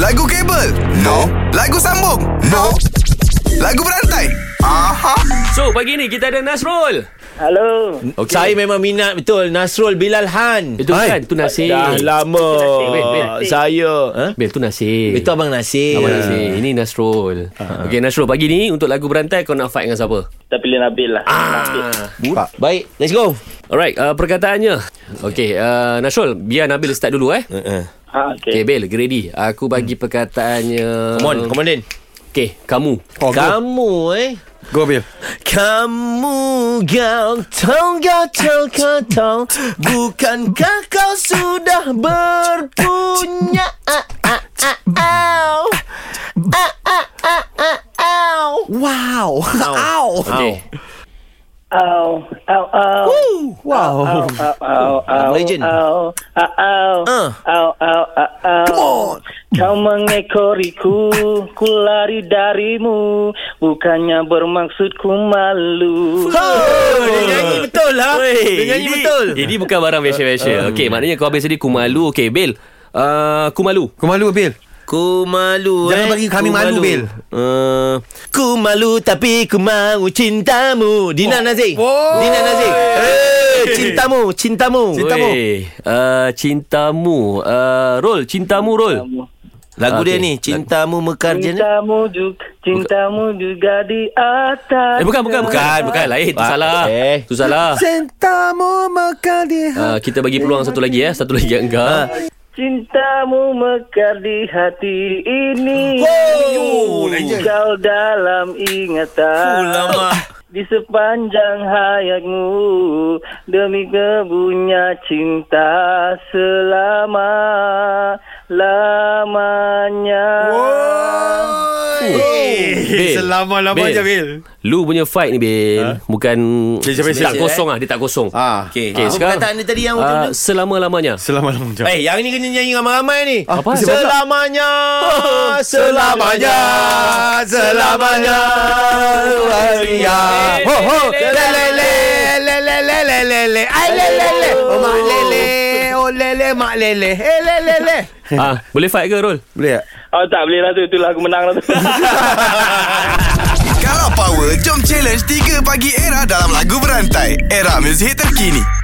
Lagu kabel? No. Lagu sambung? No. Lagu berantai? Aha. So pagi ni kita ada Nasrul Hello. Okay. Saya memang minat betul Nasrul Bilal Han. Itu bukan tu Nasir Dah lama Bil, Bil, Bil. saya. Ha? Bil tu Nasir Itu Ha. abang Nasir. Abang Nasir Ini Nasrul uh-huh. Okay Nasrul Pagi ni untuk lagu berantai Kau nak fight dengan siapa? Kita pilih Nabil lah. Ah. Nabil. Baik, let's go. Alright uh, Perkataannya Okay uh, Nasrul Biar Nabil start dulu eh Uh-uh. Ha, Okay okay. Bil ready Aku bagi perkataannya Hmm. Come on, come on Din. Okay Kamu Oh, Kamu eh. Go Bil. Kamu gantong gantong gantong Bukankah kau sudah berpunya Ah, ah, ah, Au Ah, ah, ah, ah, Au Wow. Ow. Okay Ow, ow, ow. Wow. Ow, ow, ow, ow, Legend. ow, ow, ow, Ah. ow, ow, ow, ow. Kau mengekoriku, ku lari darimu, bukannya bermaksud ku malu. Ha, Oh, dia nyanyi betul lah Dia nyanyi ini, betul Eh. Ini bukan barang biasa-biasa Okay maknanya kau habis tadi Kumalu Okay Bil uh, Kumalu Kau malu Bil. Ku malu Jangan eh. bagi kami Ku malu, Bil. uh, Ku malu tapi ku mahu cintamu Dina Nazir Dina Nazir hey, Cintamu Cintamu Eh, Cintamu uh, Cintamu uh, Rol Cintamu Rol Lagu Okay. dia ni Cintamu mekar jana Cintamu juga, cintamu juga di atas. Eh bukan bukan bukan bukan lain tu Ah, salah. eh. Tu salah. Cintamu mekar di Uh, kita bagi peluang satu lagi ya, satu lagi yang enggak. Cintamu mekar di hati ini Kau dalam ingatan Di sepanjang hayatmu Demi kebunya cinta Selama Lamanya Bil. Selama-lama Bil. je Bil. Lu punya fight ni Bil Ha? Bukan Dia biasa-biasa tak eh? je, kosong lah Dia tak kosong Ah. okay, Apa perkataan dia tadi uh, yang macam mana? Selama-lamanya Selama-lama je. Eh yang ni kena nyanyi ramai-ramai ni Ah, apa? Selamanya Selamanya Oh, Selamanya Eh, Maria Ho ho Lele Lele Lele Lele Lele Ay lele lele Oh mak lele Oh lele mak lele Eh lele lele ah, Boleh fight ke Rol? Boleh tak? Oh tak boleh lah tu Itulah aku menang lah tu Kalau power, jom challenge 3 pagi era dalam lagu berantai. Era muzik terkini.